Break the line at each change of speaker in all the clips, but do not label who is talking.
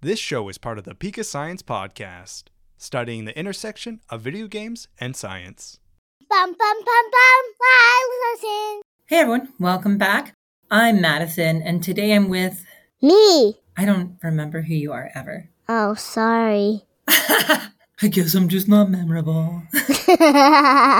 This show is part of the Pika Science Podcast, studying the intersection of video games and science.
Bum bum bum bum. I
Hey everyone, welcome back. I'm Madison, and today I'm with
Me.
I don't remember who you are ever.
Oh, sorry.
I guess I'm just not memorable. the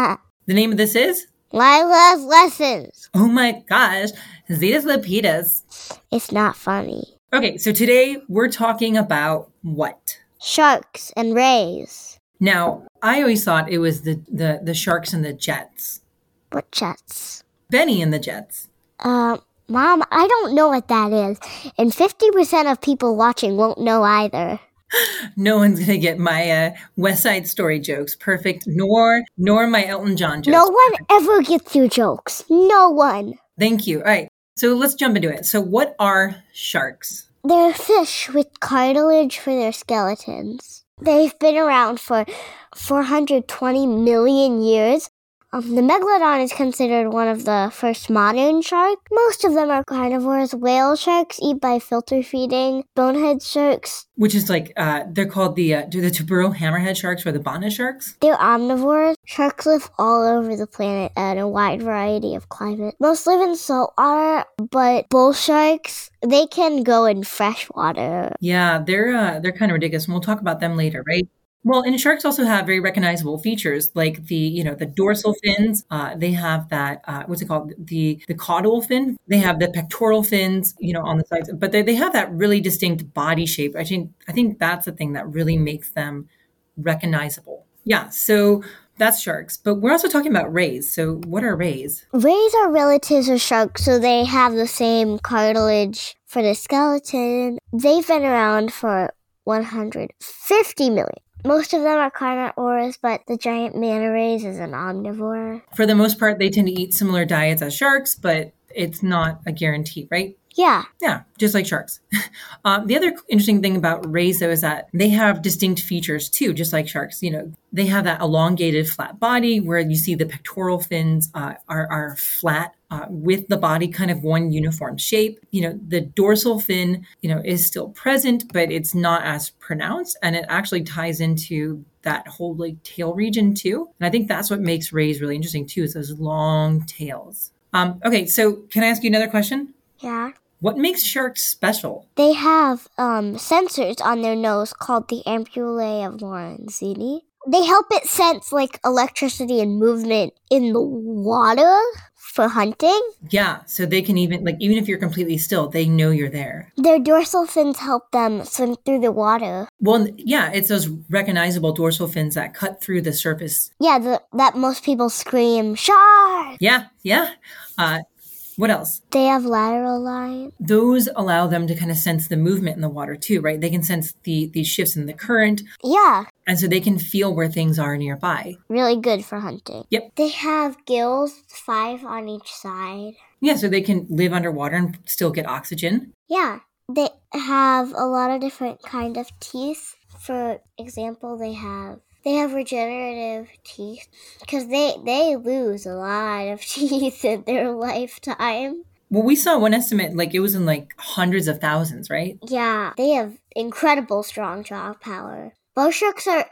name of this is
Lila's lessons.
Oh my gosh, Zetas Lapidas.
It's not funny.
Okay, so today we're talking about what?
Sharks and rays.
Now, I always thought it was the the, the sharks and the jets.
What jets?
Benny and the Jets.
Um, Mom, I don't know what that is, and fifty percent of people watching won't know either.
No one's gonna get my uh, West Side Story jokes perfect, nor nor my Elton John jokes.
No one ever gets your jokes. No one.
Thank you. All right. So let's jump into it. So, what are sharks?
They're fish with cartilage for their skeletons. They've been around for 420 million years. Um, the megalodon is considered one of the first modern sharks. Most of them are carnivores. Whale sharks eat by filter feeding. Bonehead sharks,
Which is like uh, they're called the uh, do the Tubero hammerhead sharks or the bonnet sharks?
they're omnivores. Sharks live all over the planet in a wide variety of climates. Most live in salt water, but bull sharks, they can go in fresh water.
Yeah, they're uh, they're kind of ridiculous, and we'll talk about them later, right? Well, and sharks also have very recognizable features, like the you know the dorsal fins. Uh, they have that uh, what's it called the the caudal fin. They have the pectoral fins, you know, on the sides. But they they have that really distinct body shape. I think I think that's the thing that really makes them recognizable. Yeah, so that's sharks. But we're also talking about rays. So what are rays?
Rays are relatives of sharks, so they have the same cartilage for the skeleton. They've been around for 150 million. Most of them are carnivores, but the giant manta rays is an omnivore.
For the most part, they tend to eat similar diets as sharks, but it's not a guarantee, right?
Yeah,
Yeah, just like sharks. um, the other interesting thing about rays, though, is that they have distinct features too, just like sharks. You know, they have that elongated, flat body where you see the pectoral fins uh, are are flat uh, with the body kind of one uniform shape. You know, the dorsal fin, you know, is still present, but it's not as pronounced, and it actually ties into that whole like tail region too. And I think that's what makes rays really interesting too, is those long tails. Um, okay, so can I ask you another question?
yeah.
What makes sharks special?
They have um, sensors on their nose called the ampullae of Lorenzini. They help it sense like electricity and movement in the water for hunting.
Yeah, so they can even like even if you're completely still, they know you're there.
Their dorsal fins help them swim through the water.
Well, yeah, it's those recognizable dorsal fins that cut through the surface.
Yeah, the, that most people scream shark.
Yeah, yeah. Uh, what else?
They have lateral lines.
Those allow them to kind of sense the movement in the water too, right? They can sense the the shifts in the current,
Yeah,
and so they can feel where things are nearby.
really good for hunting.
Yep.
They have gills, five on each side.
Yeah, so they can live underwater and still get oxygen.
Yeah, they have a lot of different kind of teeth. For example, they have they have regenerative teeth because they they lose a lot of teeth in their lifetime.
Well, we saw one estimate like it was in like hundreds of thousands, right?
Yeah, they have incredible strong jaw power. Bow sharks are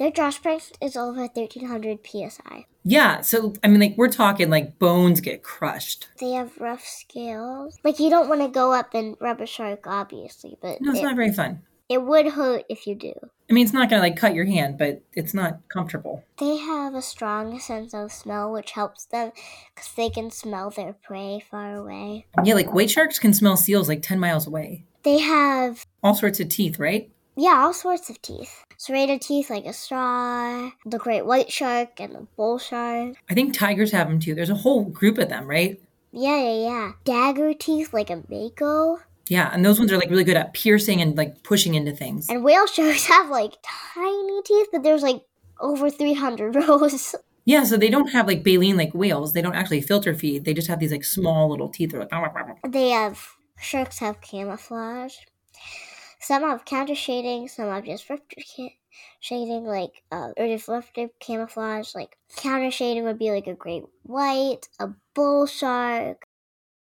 their jaw strength is over thirteen hundred psi.
Yeah, so I mean like we're talking like bones get crushed.
They have rough scales. Like you don't want to go up and rub a shark, obviously, but
No, it's
it,
not very fun.
it would hurt if you do.
I mean, it's not going to like cut your hand, but it's not comfortable.
They have a strong sense of smell, which helps them because they can smell their prey far away.
Yeah, like white sharks can smell seals like 10 miles away.
They have
All sorts of teeth, right?
yeah, all sorts of teeth. Serrated teeth like a straw, the great white shark and the bull shark.
I think tigers have them too. There's a whole group of them, right?
Yeah, yeah, yeah. Dagger teeth like a mako.
Yeah, and those ones are like really good at piercing and like pushing into things.
And whale sharks have like tiny teeth, but there's like over 300 rows.
Yeah, so they don't have like baleen like whales. They don't actually filter feed. They just have these like small little teeth. They're like, "Bow, bow, bow, bow."
They have sharks have camouflage. Some have counter shading. Some have disruptive ca- shading, like uh, or disruptive camouflage. Like counter shading would be like a great white, a bull shark,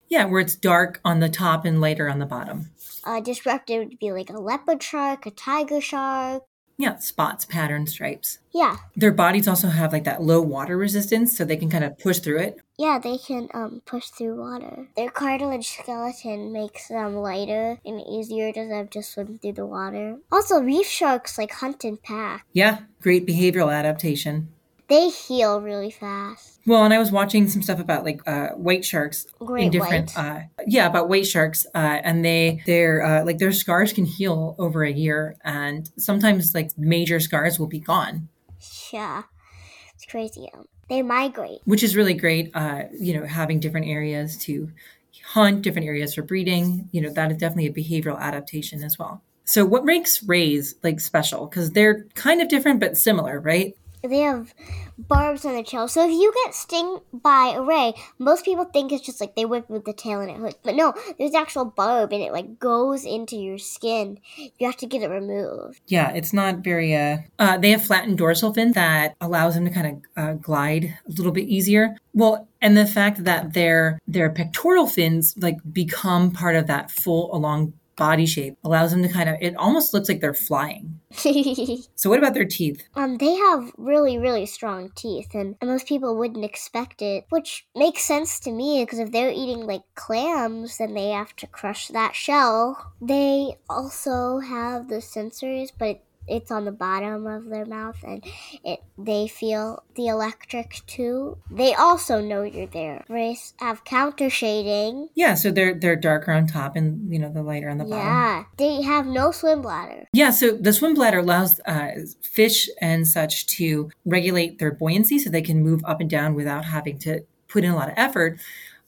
Yeah, where it's dark on the top and lighter on the bottom.
Uh, disrupted would be like a leopard shark, a tiger shark.
Yeah, spots, patterns, stripes.
Yeah,
Their bodies also have like that low water resistance, so they can kind of push through it.
yeah, they can um, push through water. Their cartilage skeleton makes them lighter and easier to them to swim through the water. Also, reef sharks like hunt and pack.
Yeah, great behavioral adaptation.
They heal really fast.
Well, and I was watching some stuff about like uh, white sharks
Great
in different,
white.
uh, yeah, about white sharks, uh, and they their uh, like their scars can heal over a year, and sometimes like major scars will be gone,
Yeah, it's crazy. Um, They migrate.
which is really great. Uh, you know, having different areas to hunt, different areas for breeding, you know, that is definitely a behavioral adaptation as well. So, what makes rays like special? Because they're kind of different but similar, right?
They have barbs on their tail. So if you get stung by a ray, most people think it's just like they whip with the tail and it hurts. But no, there's actual barb and it like goes into your skin. You have to get it removed.
Yeah, it's not very. Uh, uh, they have flattened dorsal fin that allows them to kind of uh, glide a little bit easier. Well, and the fact that their their pectoral fins like become part of that full along body shape allows them to kind of. It almost looks like they're flying. So, what about their teeth?
um, they have really, really strong teeth, and most people wouldn't expect it, which makes sense to me because if they're eating like clams, then they have to crush that shell. They also have the sensors, but it's on the bottom of their mouth, and it they feel the electric too. They also know you're there. Race have counter shading.
Yeah, so they're they're darker on top and you know the lighter on the bottom.
Yeah, they have no swim bladder.
Yeah, so the swim bladder allows uh, fish and such to regulate their buoyancy so they can move up and down without having to put in a lot of effort.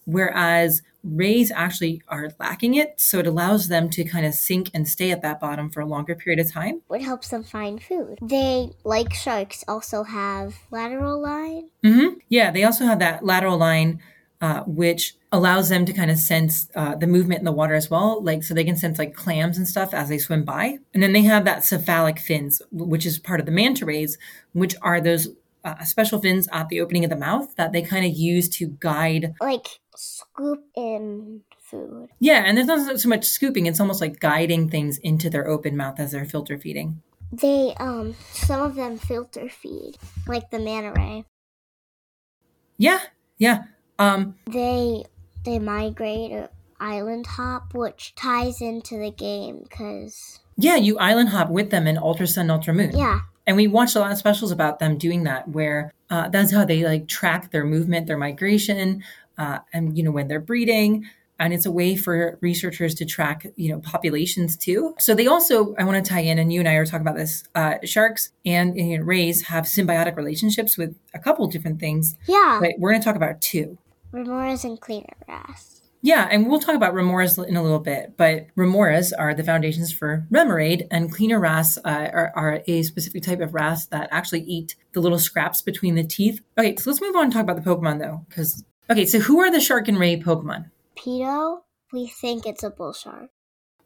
Whereas rays actually are lacking it, so it allows them to kind of sink and stay at that bottom for a longer period of time.
what helps them find food. They, like sharks, also have lateral line.
hmm Yeah, they also have that lateral line, uh, which allows them to kind of sense uh, the movement in the water as well. Like, so they can sense like clams and stuff as they swim by. And then they have that cephalic fins, which is part of the manta rays, which are those uh, special fins at the opening of the mouth that they kind of use to guide.
Like, scoop in food.
Yeah, and there's not so much scooping, it's almost like guiding things into their open mouth as they're filter feeding.
They, um, some of them filter feed, like the manta ray.
Yeah, yeah. Um,
They, they migrate or island hop, which ties into the game, because,
yeah, you island hop with them in Ultra Sun, Ultra Moon.
yeah,
And we watched a lot of specials about them doing that, where uh, that's how they like track their movement, their migration, uh, and you know when they're breeding. And it's a way for researchers to track, you know, populations too. So they also, I want to tie in, and you and I are talking about this. Uh, sharks and, you know, rays have symbiotic relationships with a couple different things,
yeah,
but we're going to talk about two.
remoras and cleaner grass.
Yeah, and we'll talk about remoras in a little bit, but remoras are the foundations for remoraid, and cleaner wrasse uh, are, are a specific type of wrasse that actually eat the little scraps between the teeth. Okay, so let's move on and talk about the Pokemon, though, because, okay, so who are the shark and ray Pokemon?
Pedo, we think it's a bull shark.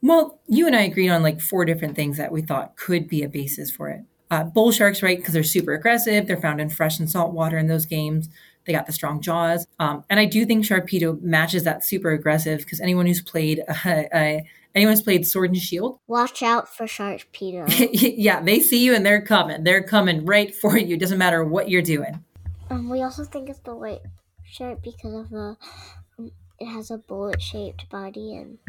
Well, you and I agreed on like four different things that we thought could be a basis for it. Uh, bull sharks, right? Because they're super aggressive. They're found in fresh and salt water in those games. They got the strong jaws. Um, and I do think Sharpedo matches that super aggressive because anyone who's played uh, uh, anyone who's played Sword and Shield,
Watch out for shark pedo.
yeah, they see you and they're coming. They're coming right for you. Doesn't matter what you're doing.
Um, we also think it's the white shirt because of the um, it has a bullet shaped body and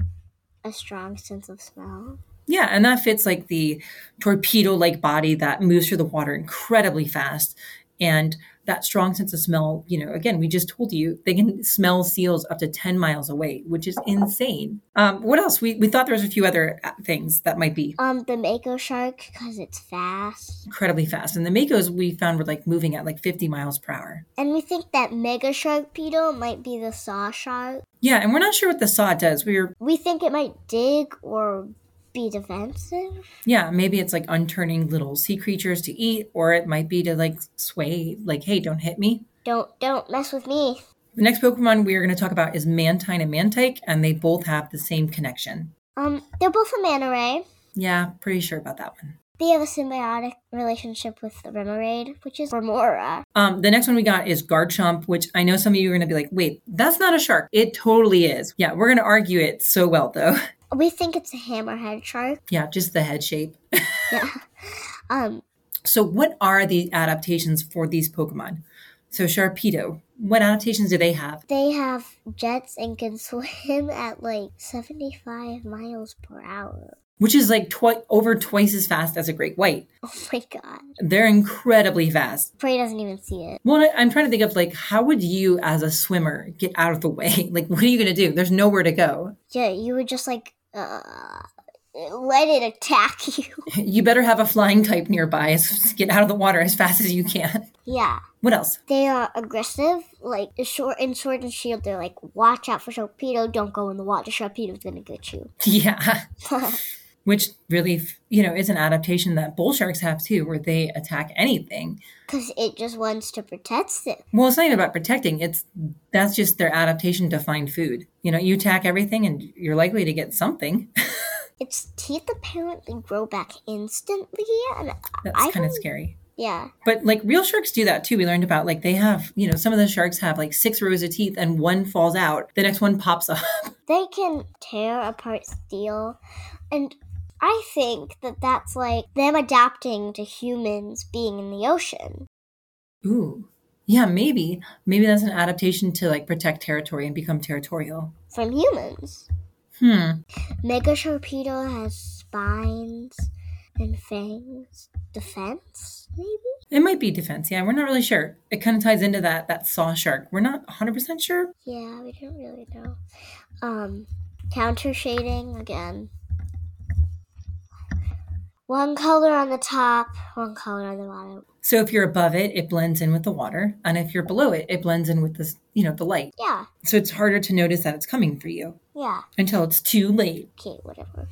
a strong sense of smell.
Yeah, and that fits like the torpedo like body that moves through the water incredibly fast. And that strong sense of smell, you know, again, we just told you they can smell seals up to 10 miles away, which is insane. Um, what else? We, we thought there was a few other uh, things that might be
Um, the mako shark because it's fast,
incredibly fast. And the Makos we found were like moving at like 50 miles per hour.
and we think that mega shark beetle might be the saw shark.
Yeah, and we're not sure what the saw does. We were,
We think it might dig or be defensive.
yeah, maybe it's like unturning little sea creatures to eat, or it might be to like sway, like, hey, don't hit me.
Don't don't mess with me.
The next Pokemon we are going to talk about is Mantine and Mantike, and they both have the same connection.
Um, they're both a manta ray.
Yeah, pretty sure about that one.
They have a symbiotic relationship with the Remoraid, which is Remora.
Um, the next one we got is Garchomp, which I know some of you are going to be like, wait, that's not a shark. It totally is. Yeah, we're going to argue it so well, though.
We think it's a hammerhead shark.
yeah, just the head shape.
Yeah. Um,
So, what are the adaptations for these Pokemon? So, Sharpedo, what adaptations do they have?
they have jets and can swim at like 75 miles per hour.
Which is like twi- over twice as fast as a great white.
Oh my god.
They're incredibly fast.
Prey doesn't even see it.
Well, I- I'm trying to think of like, how would you as a swimmer get out of the way? Like, what are you going to do? There's nowhere to go.
Yeah, you would just like uh, let it attack you.
You better have a flying type nearby. as- Get out of the water as fast as you can.
yeah.
What else?
They are aggressive, like short in sword and shield. They're like, watch out for Sharpedo. Don't go in the water. Sharpedo's gonna get you.
Yeah. Which really, you know, is an adaptation that bull sharks have too, where they attack anything.
Because it just wants to protect it.
Well, it's not even about protecting. It's that's just their adaptation to find food. You know, you attack everything, and you're likely to get something.
Its teeth apparently grow back instantly. And
that's
I
kind of
don't-
scary.
yeah,
But like real sharks do that too. We learned about like they have, you know, some of the sharks have like six rows of teeth, and one falls out, the next one pops up.
they can tear apart steel. And I think that that's like them adapting to humans being in the ocean.
Ooh, yeah, maybe, maybe that's an adaptation to like protect territory and become territorial.
From humans.
Hmm.
Mega Sharpedo has spines and fangs. Defense, maybe?
It might be defense. Yeah, we're not really sure. It kind of ties into that that saw shark. We're not 100% sure.
Yeah, we don't really know. Um, counter shading again. One color on the top, one color on the bottom.
So if you're above it, it blends in with the water, and if you're below it, it blends in with the, s- you know, the light.
Yeah,
So it's harder to notice that it's coming for you
yeah.
until it's too late.
Okay, whatever.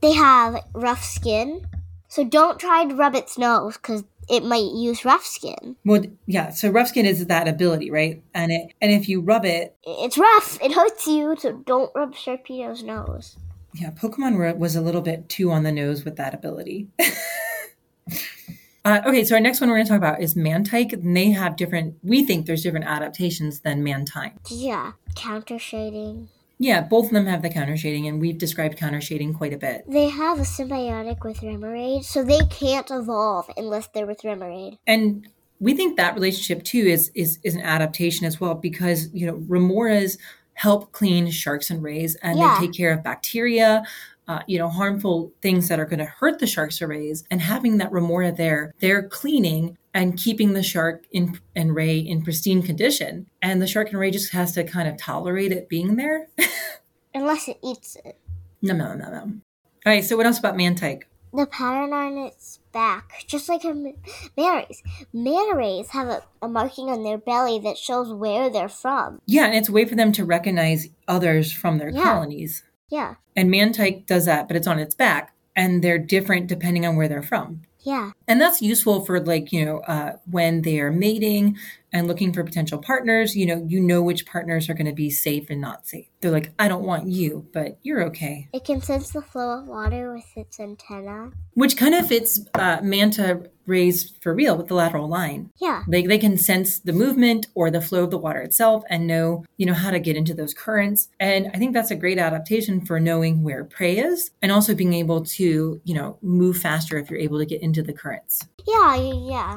They have rough skin, so don't try to rub its nose because it might use rough skin.
Well, yeah, so rough skin is that ability, right? And it and if you rub it,
I- It's rough. It hurts you, so don't rub Sharpedo's nose.
yeah, Pokemon were, was a little bit too on the nose with that ability. Uh, okay, so our next one we're going to talk about is Mantike, and they have different. We think there's different adaptations than Mantine.
Yeah, counter shading.
Yeah, both of them have the counter shading, and we've described counter shading quite a bit.
They have a symbiotic with Remoraid, so they can't evolve unless they're with Remoraid.
And we think that relationship too is is is an adaptation as well because you know remoras help clean sharks and rays, and
Yeah.
they take care of bacteria. Uh, you know, harmful things that are going to hurt the sharks or rays, and having that remora there, they're cleaning and keeping the shark in, and ray in pristine condition. And the shark and ray just has to kind of tolerate it being there.
Unless it eats it.
no, no, no, no. All right, so what else about Mantike?
The pattern on its back, just like a m- manta rays. Manta rays have a, a marking on their belly that shows where they're from.
Yeah, and it's a way for them to recognize others from their
Yeah.
colonies.
Yeah,
And Mantike does that, but it's on its back, and they're different depending on where they're from.
yeah,
And that's useful for like, you know, uh, when they are mating and looking for potential partners, you know, you know which partners are going to be safe and not safe. They're like, I don't want you, but you're okay.
it can sense the flow of water with its antenna.
Which kind of fits uh, manta rays for real with the lateral line.
Yeah,
They, they can sense the movement or the flow of the water itself and know you know how to get into those currents and i think that's a great adaptation for knowing where prey is and also being able to you know move faster if you're able to get into the currents
yeah, y- yeah.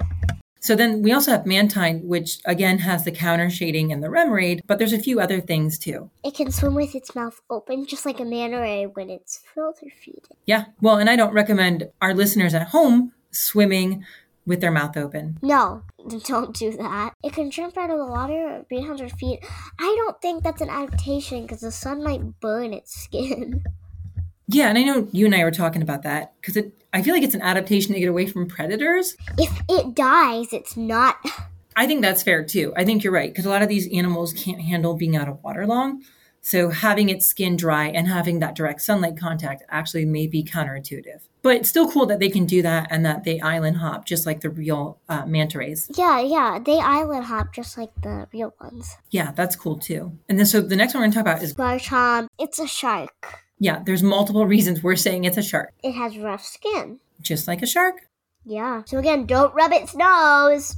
so then we also have mantine which again has the counter shading and the remoraid but there's a few other things too
It can swim with its mouth open, just like a manta ray when it's filter feeding.
yeah well and i don't recommend our listeners at home swimming with their mouth open
No, don't do that. It can jump out of the water at 300 feet. I don't think that's an adaptation because the sun might burn its skin.
yeah and i know you and i were talking about that because it i feel like it's an adaptation to get away from predators
If it dies, it's not.
I think that's fair too. I think you're right because a lot of these animals can't handle being out of water long. So having its skin dry and having that direct sunlight contact actually may be counterintuitive. But it's still cool that they can do that and that they island hop just like the real uh, manta rays.
Yeah, yeah, they island hop just like the real ones.
Yeah, that's cool too. And then so the next one we're going to talk about is
Garchomp, it's a shark.
Yeah, there's multiple reasons we're saying it's a shark,
It has rough skin.
just like a shark.
Yeah. So again, don't rub its nose.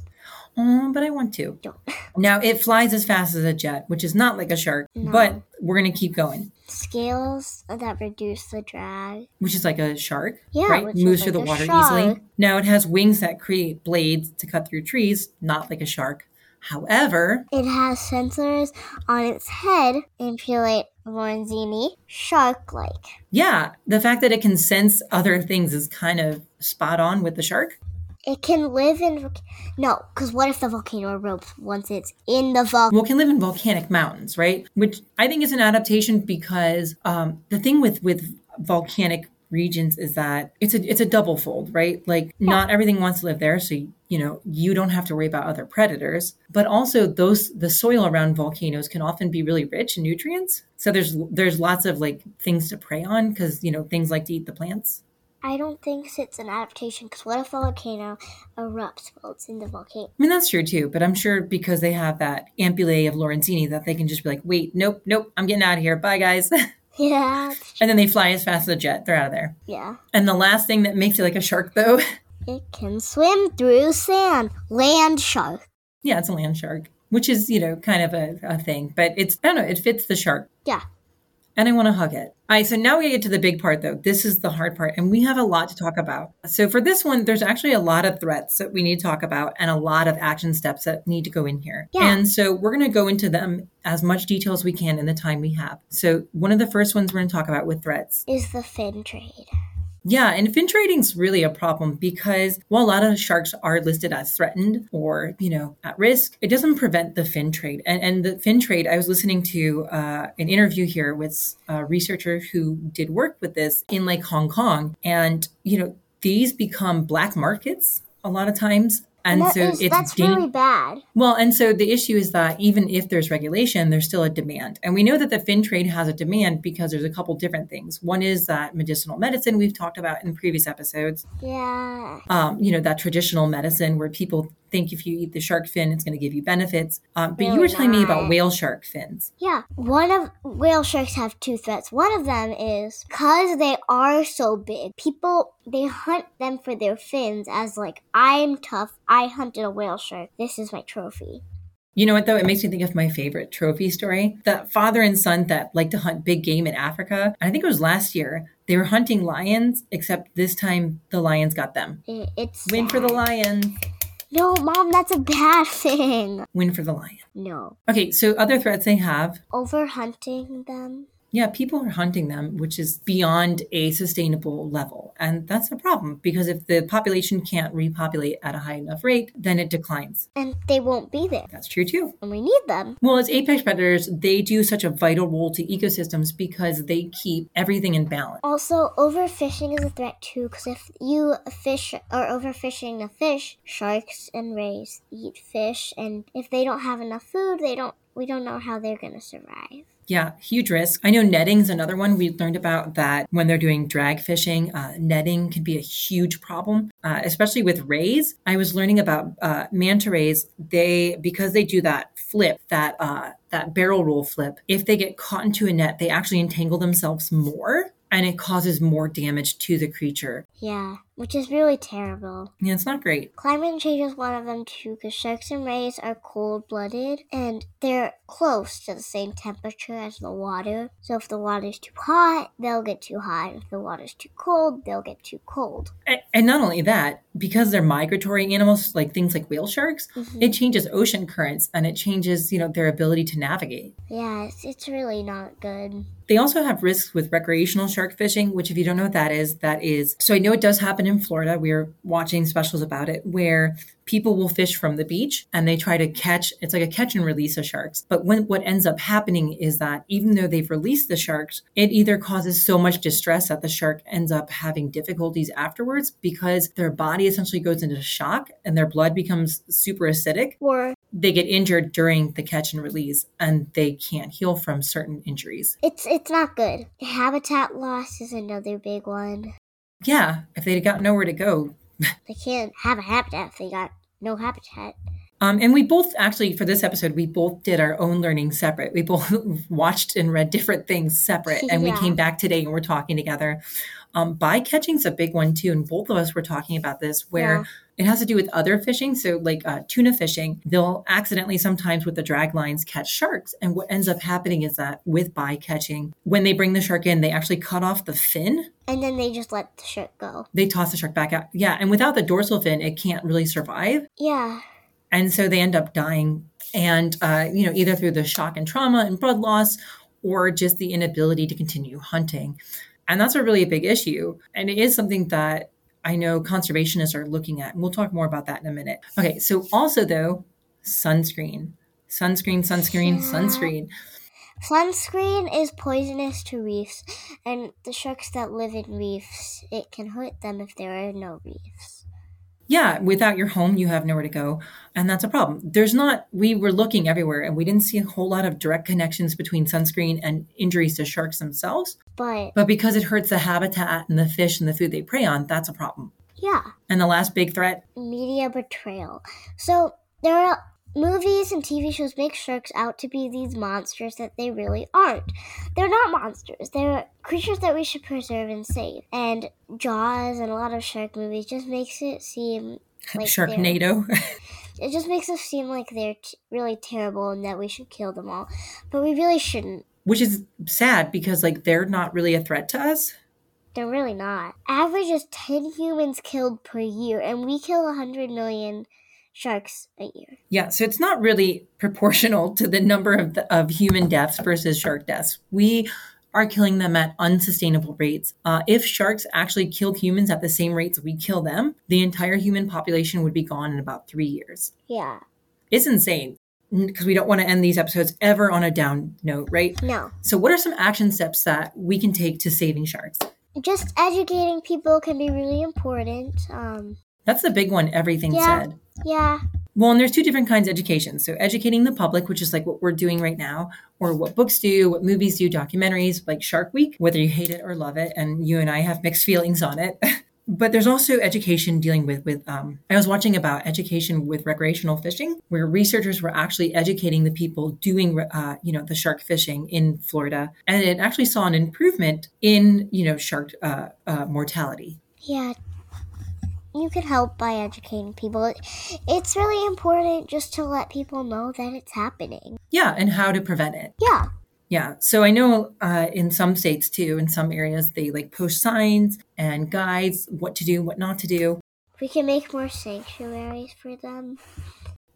Oh, but I want to.
Don't.
Now it flies as fast as a jet, which is not like a shark, but we're going to keep going,
Scales that reduce the drag.
which is like a shark,
Yeah,
right?
which
Moves
is
through the
like a
water
shark.
easily. Now it has wings that create blades to cut through trees, not like a shark. However,
It has sensors on its head and feel Lorenzini shark like.
yeah, the fact that it can sense other things is kind of spot on with the shark.
It can live in. Voc- no, because what if the volcano erupts once it's in the volcano?
Well, can live in volcanic mountains, right? Which I think is an adaptation because um, the thing with with volcanic regions is that it's a it's a double fold, right? Like not everything wants to live there, so you know you don't have to worry about other predators, but also those the soil around volcanoes can often be really rich in nutrients. So there's there's lots of like things to prey on because you know things like to eat the plants.
I don't think it's an adaptation because what if the volcano erupts while it's in the volcano?
I mean that's true too, but I'm sure because they have that ampullae of Lorenzini that they can just be like, wait, nope, nope, I'm getting out of here, bye guys.
Yeah.
And then they fly as fast as a jet. They're out of there.
Yeah.
And the last thing that makes it like a shark, though,
It can swim through sand. Land shark.
yeah, it's a land shark, which is, you know, kind of a, a thing. But it's, I don't know, it fits the shark.
Yeah.
And I want to hug it. All right, so now we get to the big part, though. This is the hard part, and we have a lot to talk about. So, for this one, there's actually a lot of threats that we need to talk about and a lot of action steps that need to go in here.
Yeah.
And so, we're going to go into them as much detail as we can in the time we have. So, one of the first ones we're going to talk about with threats
Is the fin trade.
Yeah, and fin trading's really a problem because while a lot of sharks are listed as threatened or, you know, at risk, it doesn't prevent the fin trade. And, and the fin trade, I was listening to uh, an interview here with a researcher who did work with this in like Hong Kong. And, you know, these become black markets a lot of times. And,
That
so
is-
it's
that's
dan-
really bad.
well, and so the issue is that even if there's regulation, there's still a demand. And we know that the fin trade has a demand because there's a couple different things. One is that medicinal medicine we've talked about in previous episodes,
Yeah.
um, you know, that traditional medicine where people think if you eat the shark fin, it's going to give you benefits. Um, but you were telling me about whale shark fins.
Yeah, one of whale sharks have two threats. One of them is because they are so big, people they hunt them for their fins as like I'm tough. I hunted a whale shark. This is my trophy.
You know what, though? It makes me think of my favorite trophy story that father and son that like to hunt big game in Africa. I think it was last year. They were hunting lions, except this time the lions got them.
I- It's
Win for the
sad.
lion.
No, mom, that's a bad thing.
Win for the lion.
No,
Okay, so other threats they have.
overhunting them.
Yeah, people are hunting them, which is beyond a sustainable level. And that's a problem because if the population can't repopulate at a high enough rate, then it declines.
And they won't be there.
That's true too.
And we need them.
Well, as apex predators, they do such a vital role to ecosystems because they keep everything in balance.
Also, overfishing is a threat too, because if you fish or overfishing a fish, sharks and rays eat fish, and if they don't have enough food, they don't. We don't know how they're gonna survive.
Yeah, huge risk. I know netting's another one we learned about that when they're doing drag fishing, uh, netting can be a huge problem, uh, especially with rays. I was learning about uh, manta rays. They because they do that flip, that uh, that barrel roll flip. If they get caught into a net, they actually entangle themselves more, and it causes more damage to the creature.
Yeah, which is really terrible.
Yeah, it's not great.
Climate change is one of them too, because sharks and rays are cold-blooded, and they're close to the same temperature as the water. So if the water's too hot, they'll get too hot. If the water's too cold, they'll get too cold.
A- And not only that, because they're migratory animals, like things like whale sharks, it changes ocean currents and it changes, you know, their ability to navigate.
Yeah, it's, it's really not good.
They also have risks with recreational shark fishing, which, if you don't know what that is, that is. So I know it does happen in Florida. We are watching specials about it where people will fish from the beach and they try to catch, it's like a catch and release of sharks. But when, what ends up happening is that even though they've released the sharks, it either causes so much distress that the shark ends up having difficulties afterwards because their body essentially goes into shock and their blood becomes super acidic.
Or
They get injured during the catch and release and they can't heal from certain injuries.
It's it's not good. Habitat loss is another big one.
Yeah, if they'd got nowhere to go.
They can't have a habitat if they got no habitat.
Um, and we both actually, for this episode, we both did our own learning separate. We both watched and read different things separate. And we
Yeah.
came back today and we're talking together. Um, by catching's a big one too. And both of us were talking about this where
Yeah.
it has to do with other fishing. So, like uh, tuna fishing, they'll accidentally sometimes with the drag lines catch sharks. And what ends up happening is that with by catching, when they bring the shark in, they actually cut off the fin
And then they just let the shirt go.
they toss the shark back out. Yeah, and without the dorsal fin, it can't really survive,
Yeah.
and so they end up dying, and uh, you know either through the shock and trauma and blood loss, or just the inability to continue hunting, and that's a really big issue, and it is something that I know conservationists are looking at, and we'll talk more about that in a minute. Okay, so also though, sunscreen, sunscreen, sunscreen,
Yeah.
sunscreen.
Sunscreen is poisonous to reefs, and the sharks that live in reefs, it can hurt them if there are no reefs.
Yeah, without your home, you have nowhere to go. And that's a problem. There's not, we were looking everywhere and we didn't see a whole lot of direct connections between sunscreen and injuries to sharks themselves.
But
But because it hurts the habitat and the fish and the food they prey on, that's a problem.
yeah,
And the last big threat
media betrayal. So there are movies and TV shows make sharks out to be these monsters that they really aren't. They're not monsters. They're creatures that we should preserve and save. And Jaws and a lot of shark movies just makes it seem like they're-
Sharknado.
It just makes us seem like they're t- really terrible and that we should kill them all, but we really shouldn't.
Which is sad because, like, they're not really a threat to us.
They're really not. Average is 10 humans killed per year, and we kill 100 million sharks a year.
Yeah, so it's not really proportional to the number of, the, of human deaths versus shark deaths. We are killing them at unsustainable rates. Uh, if sharks actually killed humans at the same rates we kill them, the entire human population would be gone in about three years.
Yeah.
It's insane because we don't want to end these episodes ever on a down note, right?
No.
So, what are some action steps that we can take to saving sharks?
Just educating people can be really important. Um,
That's the big one, everything
Yeah.
said.
yeah.
Well, and there's two different kinds of education. So educating the public, which is like what we're doing right now, or what books do, what movies do, documentaries like Shark Week, whether you hate it or love it, and you and I have mixed feelings on it. But there's also education dealing with with. Um, I was watching about education with recreational fishing, where researchers were actually educating the people doing, uh, you know, the shark fishing in Florida, and it actually saw an improvement in, you know, shark uh, uh, mortality.
Yeah. You can help by educating people. It- It's really important just to let people know that it's happening.
Yeah, and how to prevent it.
Yeah.
Yeah. So I know uh, in some states too, in some areas, they like post signs and guides, what to do, what not to do.
We can make more sanctuaries for them.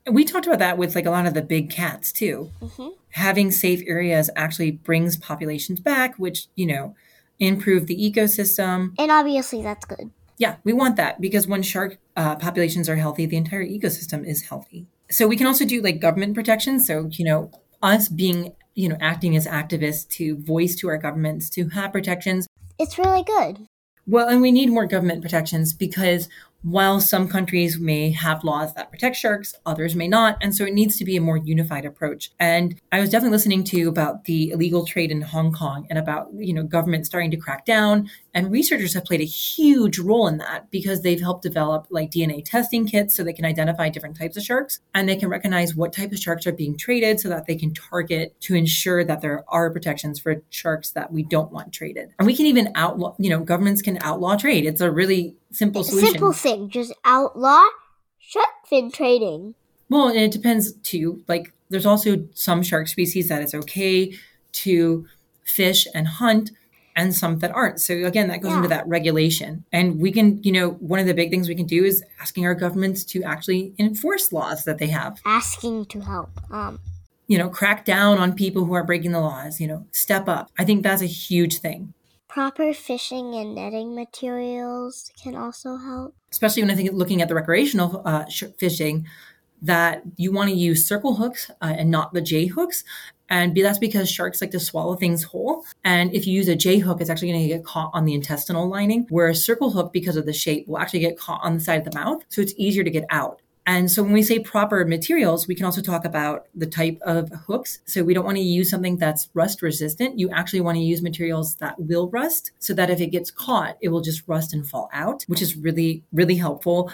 And we talked about that with like a lot of the big cats too.
hmm
Having safe areas actually brings populations back, which, you know, improve the ecosystem.
And obviously, that's good.
Yeah, we want that because when shark uh, populations are healthy, the entire ecosystem is healthy. So we can also do like government protection. So, you know, us being, you know, acting as activists to voice to our governments to have protections
It's really good.
Well, and we need more government protections because while some countries may have laws that protect sharks, others may not. And so it needs to be a more unified approach. And I was definitely listening to about the illegal trade in Hong Kong and about, you know, government starting to crack down. And researchers have played a huge role in that because they've helped develop like DNA testing kits so they can identify different types of sharks and they can recognize what type of sharks are being traded so that they can target to ensure that there are protections for sharks that we don't want traded. And we can even outlaw, you know, governments can outlaw trade. It's a really simple solution.
Simple thing. Just outlaw shark fin trading.
Well, and it depends too. Like, there's also some shark species that it's okay to fish and hunt, and some that aren't. So again, that goes into
Yeah.
that regulation. And we can, you know, one of the big things we can do is asking our governments to actually enforce laws that they have.
Asking to help. Um,
You know, crack down on people who are breaking the laws. You know, step up. I think that's a huge thing.
proper fishing and netting materials can also help.
especially when I think looking at the recreational uh, sh- fishing, that you want to use circle hooks uh, and not the J hooks. And be- that's because sharks like to swallow things whole. And if you use a J hook, it's actually going to get caught on the intestinal lining, where a circle hook, because of the shape, will actually get caught on the side of the mouth. So it's easier to get out. And so when we say proper materials, we can also talk about the type of hooks. So we don't want to use something that's rust resistant. You actually want to use materials that will rust so that if it gets caught, it will just rust and fall out, which is really, really helpful.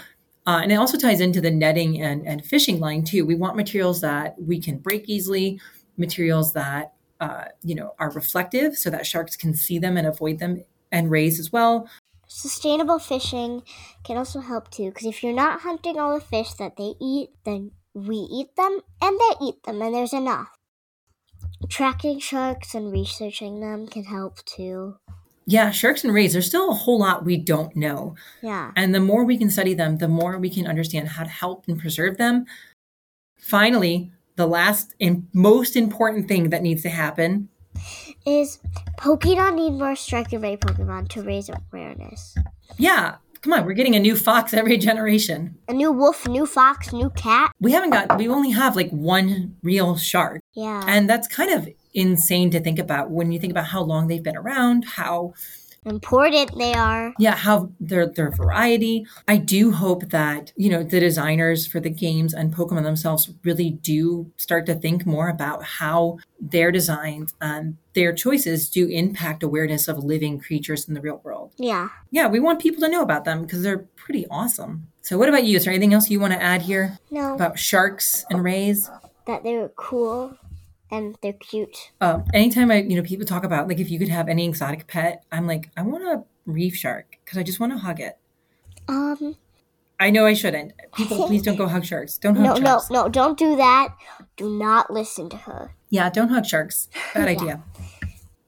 Uh, and it also ties into the netting and, and fishing line too. We want materials that we can break easily, materials that uh, you know are reflective so that sharks can see them and avoid them, and rays as well.
Sustainable fishing can also help too, because if you're not hunting all the fish that they eat, then we eat them and they eat them, and there's enough. Tracking sharks and researching them can help too.
Yeah, sharks and rays, there's still a whole lot we don't know.
Yeah.
And the more we can study them, the more we can understand how to help and preserve them. Finally, the last and most important thing that needs to happen
Is Pokemon need more Strike and Ray Pokemon to raise awareness?
yeah, come on, we're getting a new fox every generation.
A new wolf, new fox, new cat?
We haven't got, we only have like one real shark.
Yeah.
And that's kind of insane to think about when you think about how long they've been around, how
Important they are.
yeah, how their their variety. I do hope that, you know, the designers for the games and Pokemon themselves really do start to think more about how their designs and their choices do impact awareness of living creatures in the real world.
Yeah.
Yeah, we want people to know about them because they're pretty awesome. So what about you? Is there anything else you want to add here
No,
about sharks and rays?
that they were cool and they're cute.
Um, anytime I, you know, people talk about like if you could have any exotic pet, I'm like, I want a reef shark because I just want to hug it.
Um,
I know I shouldn't. People, please don't go hug sharks. Don't hug
no, no,
sharks.
no, don't do that. Do not listen to her.
Yeah, don't hug sharks. Bad idea.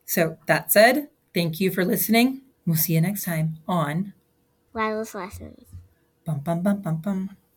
So that said, thank you for listening. We'll see you next time on
Lila's lessons.
Bum Bum Bum Bum Bum.